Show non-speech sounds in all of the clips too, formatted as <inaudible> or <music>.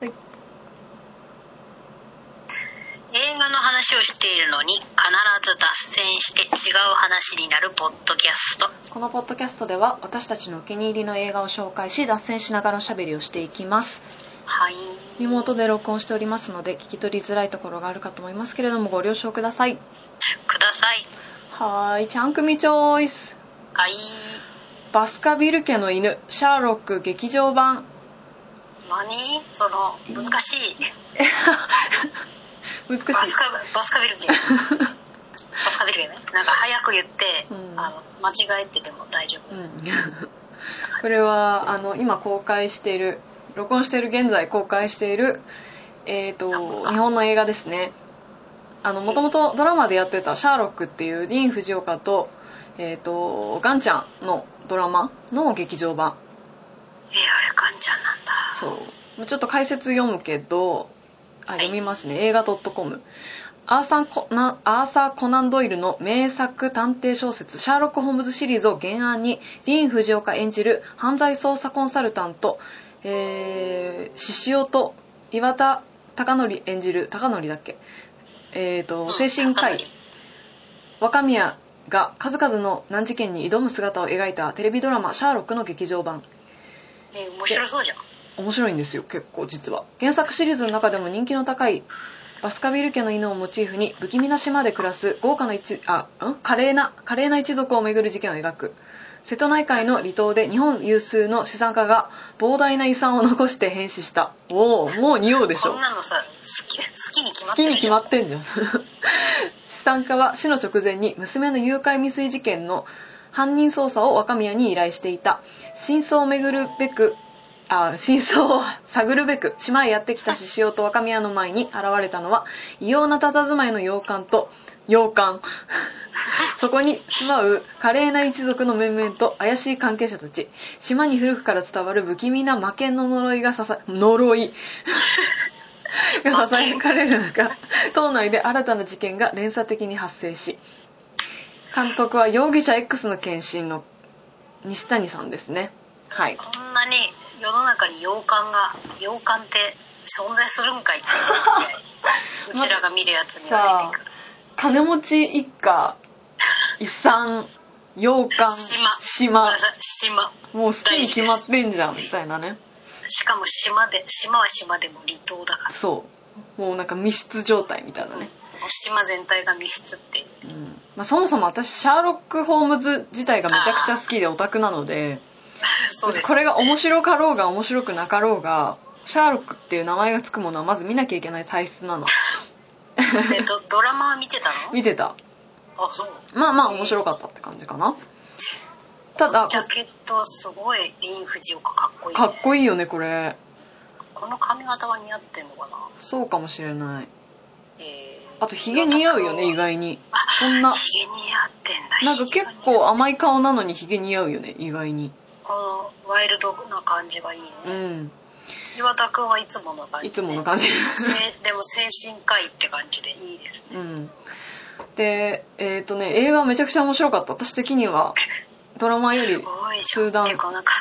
はい映画の話をしているのに必ず脱線して違う話になるポッドキャストこのポッドキャストでは私たちのお気に入りの映画を紹介し脱線しながらおしゃべりをしていきますはいリモートで録音しておりますので聞き取りづらいところがあるかと思いますけれどもご了承くださいくださいはーいちゃん組チョイスはいバスカビル家の犬シャーロック劇場版何その難しい難しいバスカバスカビルゲーバ <laughs> スカビルゲーねなんか早く言って、うんあの間違えてても大丈夫、うんこれはあの今公開している録音している現在公開しているえっ、と日本の映画ですねあのもともとドラマでやってた「シャーロック」っていうディーン・フジオカと,、えー、とガンちゃんのドラマの劇場版えあれガンちゃんなんだそうちょっと解説読むけどあ読みますね、映画 .com アーサーコナンアーサー・コナン・ドイルの名作探偵小説「シャーロック・ホームズ」シリーズを原案にディーン・フジオカ演じる犯罪捜査コンサルタントえー、獅子雄と岩田貴則演じる貴則だっけえー、とうん精神科医、高森若宮が数々の難事件に挑む姿を描いたテレビドラマ「シャーロック」の劇場版え面白そうじゃん面白いんですよ結構実は原作シリーズの中でも人気の高いバスカビル家の犬をモチーフに不気味な島で暮らす豪華な一あん華麗な華麗な一族をめぐる事件を描く瀬戸内海の離島で日本有数の資産家が膨大な遺産を残して変死したおおもう匂うでしょこんなのさ好き好きに決ま好っきてにるじ決ゃんまってんじゃん <laughs> 資産家は死の直前に娘の誘拐未遂事件の犯人捜査を若宮に依頼していた真相を巡るべくあ真相を探るべく島へやってきた獅子雄と若宮の前に現れたのは異様な佇まいの洋館と洋館 <laughs> そこに住まう華麗な一族の面々と怪しい関係者たち島に古くから伝わる不気味な魔剣の呪いがささ呪いがささやかれる中島内で新たな事件が連鎖的に発生し監督は容疑者 X の献身の西谷さんですねはいこんなに世の中に洋館が洋館って存在するんかいってい <laughs> ううちらが見るやつにはさ出てくるあ金持ち一家遺産洋館島ごめん島なさい島もう好きに決まってんじゃんみたいなねしかも島で島は島でも離島だからそうもうなんか密室状態みたいなね、島全体が密室っていううんまあ、そもそも私シャーロック・ホームズ自体がめちゃくちゃ好きでオタクなのでそうですこれが面白かろうが面白くなかろうがシャーロックっていう名前がつくものはまず見なきゃいけない体質なのえっとドラマは見てたの見てたあそうまあまあ面白かったって感じかなただジャケットすごいディーン・フジオカかっこいい、ね、かっこいいよねこれこの髪型は似合ってんのかなそうかもしれないえーあとヒゲ似合うよね意外にこんなヒゲ似合ってんだなんか結構甘い顔なのにヒゲ似合うよね意外にこのワイルドな感じがいいね、うん岩田くんはいつもの感じ、いつもの感じじでも精神科医って感じでいいですねうんでえっ、とね映画めちゃくちゃ面白かった私的にはドラマよすりごい集団結構なんか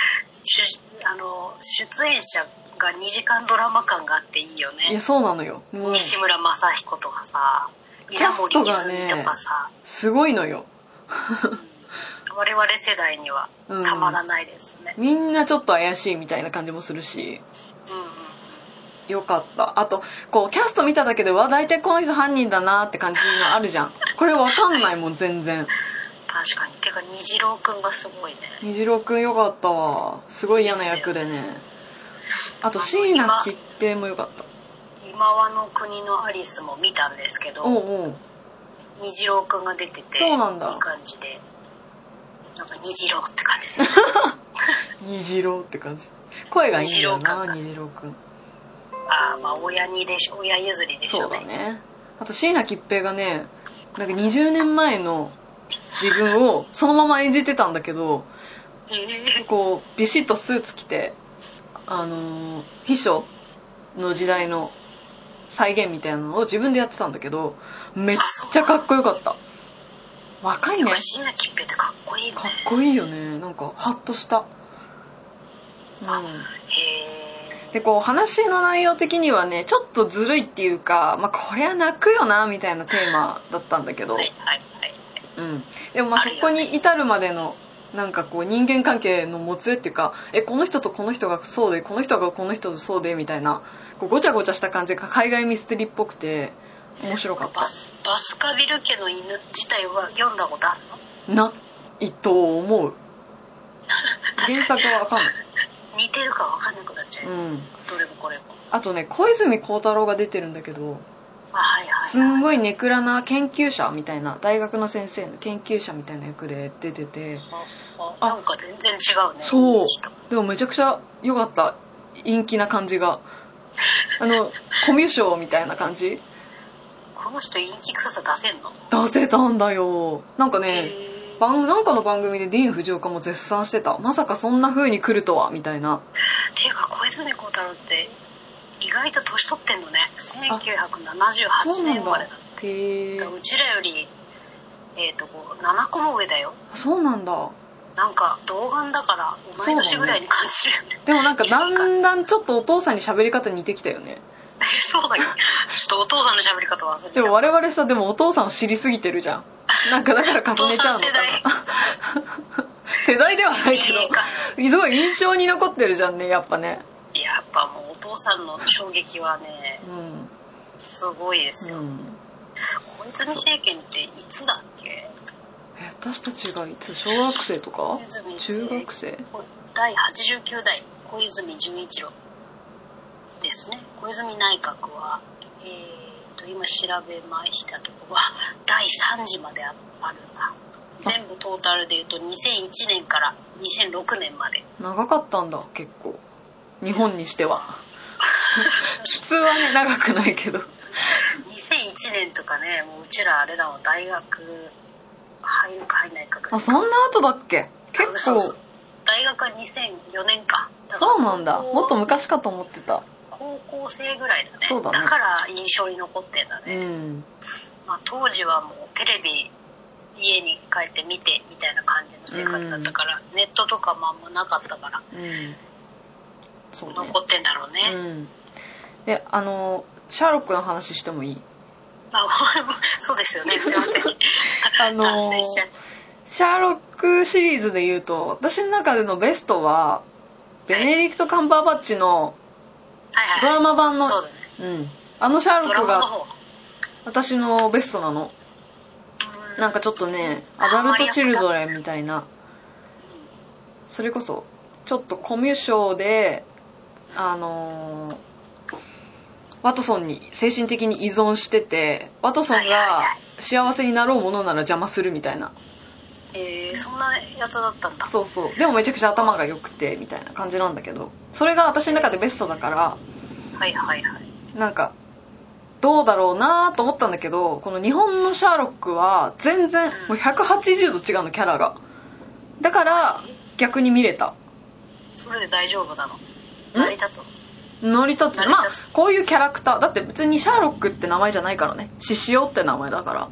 <laughs> 出あの出演者が2時間ドラマ感があっていいよいやねそうなのよもう西村雅彦とかさキャ稲ス森トいがずねみとかさ、すごいのよ我々世代にはうんたまらないですね、みんなちょっと怪しいみたいな感じもするしうんうんよかったあとこうキャスト見ただけでわ大体この人犯人だなって感じのあるじゃんこれわかんないもん全然確かにてか虹郎くんがすごいね虹郎くんよかったわすごい嫌な役でねあと椎名桔平もよかった今和の国のアリスも見たんですけど、おうおう虹郎くんが出ててそうなんだいい感じでなんか虹郎って感 <laughs> じです虹郎って感じ声がいいんだよな虹虹郎くんああまあ親にでしょ親譲りでしょそうだ <laughs> ねあと椎名桔平がねなんか20年前の自分をそのまま演じてたんだけどえーこうビシッとスーツ着てあのー秘書の時代の再現みたいなのを自分でやってたんだけどめっちゃかっこよかった若いでねも椎名桔平ってかっこいいよねかっこいいよねなんかハッとしたあうへえでこう話の内容的にはねちょっとずるいっていうか、まあ、こりゃ泣くよなみたいなテーマだったんだけど、はいはいはいうん、でもまああそるよねこに至るまでのなんかこう人間関係のもつれっていうかえこの人とこの人がそうでこの人がこの人とそうでみたいなこうごちゃごちゃした感じが海外ミステリーっぽくて面白かっバスバスカビル家の犬自体は読んだことあるのたないと <laughs> 思う原作はわかんない、似てるか分かんなくなっちゃう、うん、どれもこれもあとね小泉孝太郎が出てるんだけどあはいはいすんごいネクラな研究者みたいな大学の先生の研究者みたいな役で出ててああなんか全然違うねそうちょっでもめちゃくちゃ良かった陰気な感じがあのコミュ障みたいな感じとこの人陰気臭さ出せんの出せたんだよなんかへねー番なんかの番組でディーン・フジオカも絶賛してたまさかそんな風に来るとはみたいなていうか小泉孝太郎って意外と年取ってんのねそう1978な年ん生まれだだっへてえうちらよりえっ、とこう7個も上だよそうなんだなんか童顔だから同い年ぐらいに感じるよねでもなんかだんだんちょっとお父さんに喋り方似てきたよねそうだねちょっとお父さんの喋り方忘れちでゃもう我々さでもお父さんを知りすぎてるじゃんなんかだから重ねちゃうのかな世代ではないけいいかどすごい印象に残ってるじゃんねやっぱねやっぱもうお父さんの衝撃はねうん、すごいですよ、うん、小泉政権っていつだっけえ私たちがいつ小学生とか小泉中政権学生第89代小泉純一郎ですね小泉内閣はえー、と今調べましたところは <laughs> 第3次までああるんだ全部トータルでいうと2001年から2006年まで長かったんだ結構日本にしては普通はね長くないけど2001年とかねもううちらあれだわ大学入るか入んないかぐらい <laughs> あそんな後だっけ結そう構そう大学は2004年かだからそうなんだもっと昔かと思ってた高校生ぐらいだねそうだねから印象に残ってんだうね、んまあ、当時はもうテレビ家に帰って見てみたいな感じの生活だったから、ネットとかもあんまなかったからうんそうね残ってんだろうね、うんであのシャーロックの話してもいいまあ <laughs> 俺もそうですよねすいませんあのー脱線しちゃってシャーロックシリーズで言うと私の中でのベストはベネディクト・カンバーバッチのはいドはいラマ版の、そうだねうん、あのシャーロドッラクマのが方私のベストなのうなんかちょっとねアダルト・チルドレンみたいなそれこそちょっとコミュ障であのーワトソンに精神的に依存しててワトソンはいはいはが幸せになろうものなら邪魔するみたいなえー、そんなやつだったんだそうそうでもめちゃくちゃ頭が良くてみたいな感じなんだけどそれが私の中でベストだからはいはいはいなんかどうだろうなと思ったんだけどこの日本のシャーロックは全然もう180度違うのキャラがだから逆に見れたそれで大丈夫なの成り立つの成り立つ成り立つまあこういうキャラクターだって別にシャーロックって名前じゃないからね獅子王って名前だ <laughs> から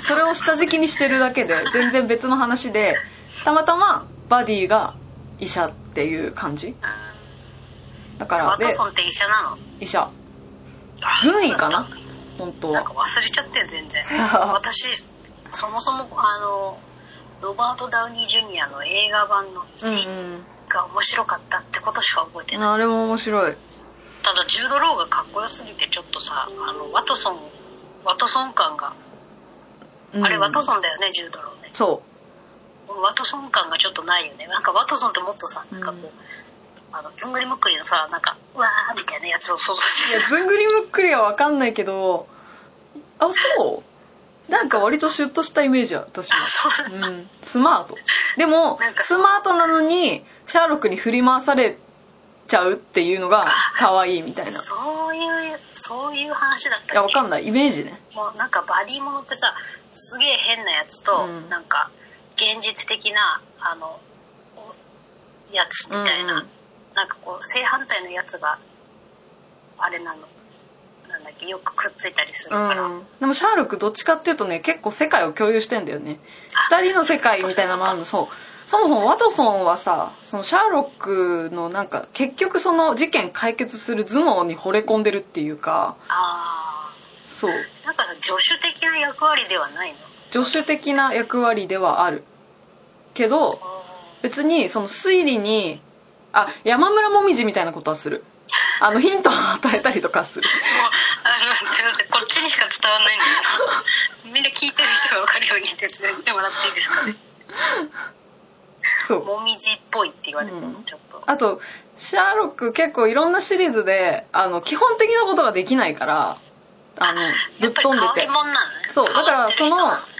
それを下敷きにしてるだけで全然別の話でたまたまバディが医者っていう感じだからワでトソンって医者なの医者あ軍医かな本当なんはか <laughs> 忘れちゃってよ全然私そもそもあのロバート・ダウニー・ジュニアの映画版のうん1が面白かったってことしか覚えてうない、んあれも面白いただジュード・ローがかっこよすぎてちょっとさあのワトソンワトソン感が、うんあれワトソンだよねジュード・ローねそワトソン感がちょっとないよねなんかワトソンってもっとさなんかこう、うんあのずんぐりむっくりのさなんかうわーみたいなやつを想像ういしてやるずんぐりむっくりは分かんないけどあそうなんか割とシュッとしたイメージは私はあそうなんだうん、スマートでもなんかスマートなのにシャーロックに振り回されちゃうっていうのが可愛いみたいない <laughs> そういうそういう話だったっけやわかんないイメージねもうなんかバディものってさすげえ変なやつと、うんなんか現実的なあのおやつみたいな、うんうんなんかこう正反対のやつがあれなのなんだっけよくくっついたりするうから、んでもシャーロックどっちかっていうとね結構世界を共有してんだよねあ二人の世界みたいなのもあるのそうそもそもワトソンはさそのシャーロックのなんか結局その事件解決する頭脳に惚れ込んでるっていうかあそうあなんか助手的な役割ではないの助手的な役割ではあるけど別にその推理にあ山村もみじみたいなことはするあのヒントを与えたりとかするもうあのすいませんこっちにしか伝わらないんだけどみんな聞いてる人が分かるように説明してもらっていいですかねそうもみじっぽいって言われてもうんちょっと、あとシャーロック結構いろんなシリーズであの基本的なことができないからあのぶやっっぱり飛ん変わでりて者なのねそうだからそ変わのって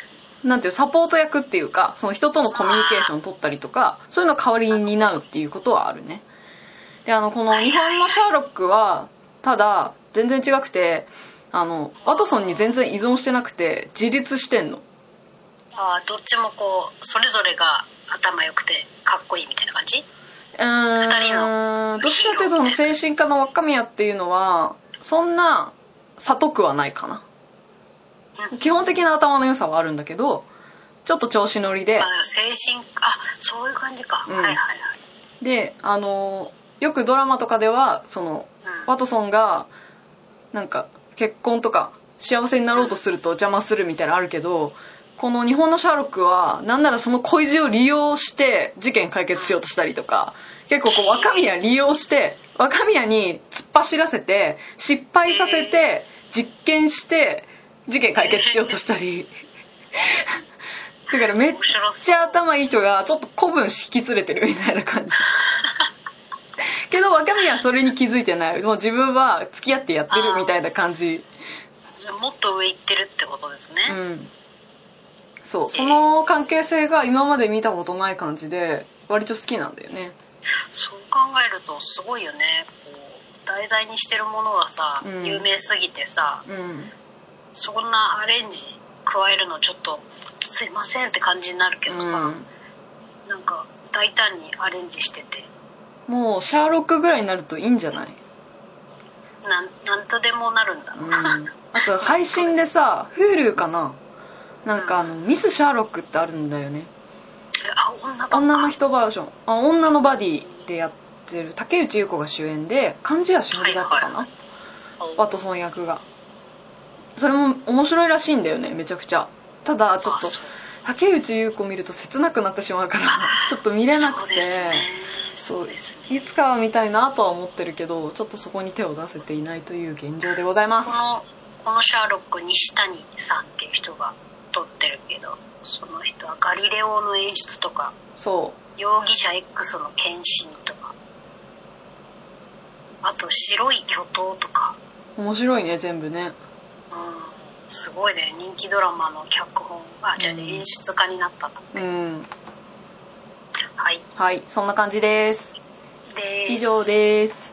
なんていうサポート役っていうかその人とのコミュニケーションを取ったりとかそういうの代わりに担うっていうことはあるねであのこの日本のシャーロックはただ全然違くてあのワトソンに全然依存してなくて自立してんのる人はあーどっちもこうそれぞれが頭良くてかっこいいみたいな感じうーんどっちかっていうとその精神科の若宮っていうのはそんな悟くはないかなうん基本的な頭の良さはあるんだけどちょっと調子乗りであ精神あそういう感じか、うんはいはいはい、であのよくドラマとかではそのうん、ワトソンがなんか結婚とか幸せになろうとすると邪魔するみたいなのあるけどこの日本のシャーロックはなんならその恋路を利用して事件解決しようとしたりとか結構こう若宮利用して若宮に突っ走らせて失敗させて実験して事件解決しようとしたり <laughs> だからめっ面白めっちそうゃ頭いい人がちょっと古文引き連れてるみたいな感じけど若宮はそれに気づいてないもう自分は付き合ってやってるみたいな感じもっと上行ってるってことですうね、んそうその関係性が今まで見たことない感じで割と好きなんだよねそう考えるとすごいよねこう題材にしてるものがさ、うん有名すぎてさうんそんなアレンジ加えるのちょっとすいませんって感じになるけどさ、うんなんか大胆にアレンジしててもうシャーロックぐらいになるといいんじゃないなんなんとでもなるんだ、 <laughs> うんあと配信でさ Hulu かななんかあのミス・シャーロックってあるんだよねあ女ばっか女の人バージョンあ女のバディでやってる竹内優子が主演で貫地谷しほりだったかな、はいはいワトソン役がそれも面白いらしいんだよねめちゃくちゃただちょっとあそう竹内優子見ると切なくなってしまうからちょっと見れなくそてうですねそうですねいつかは見たいなとは思ってるけどちょっとそこに手を出せていないという現状でございますこのこのシャーロック西谷さんっていう人が撮ってるけどその人は「ガリレオ」の演出とかそ「容疑者 X の献身」とかあと「白い巨頭」とか、う面白いね全部ねうん、すごいね人気ドラマの脚本あじゃあうん演出家になったんだうんはいはいそんな感じですです以上です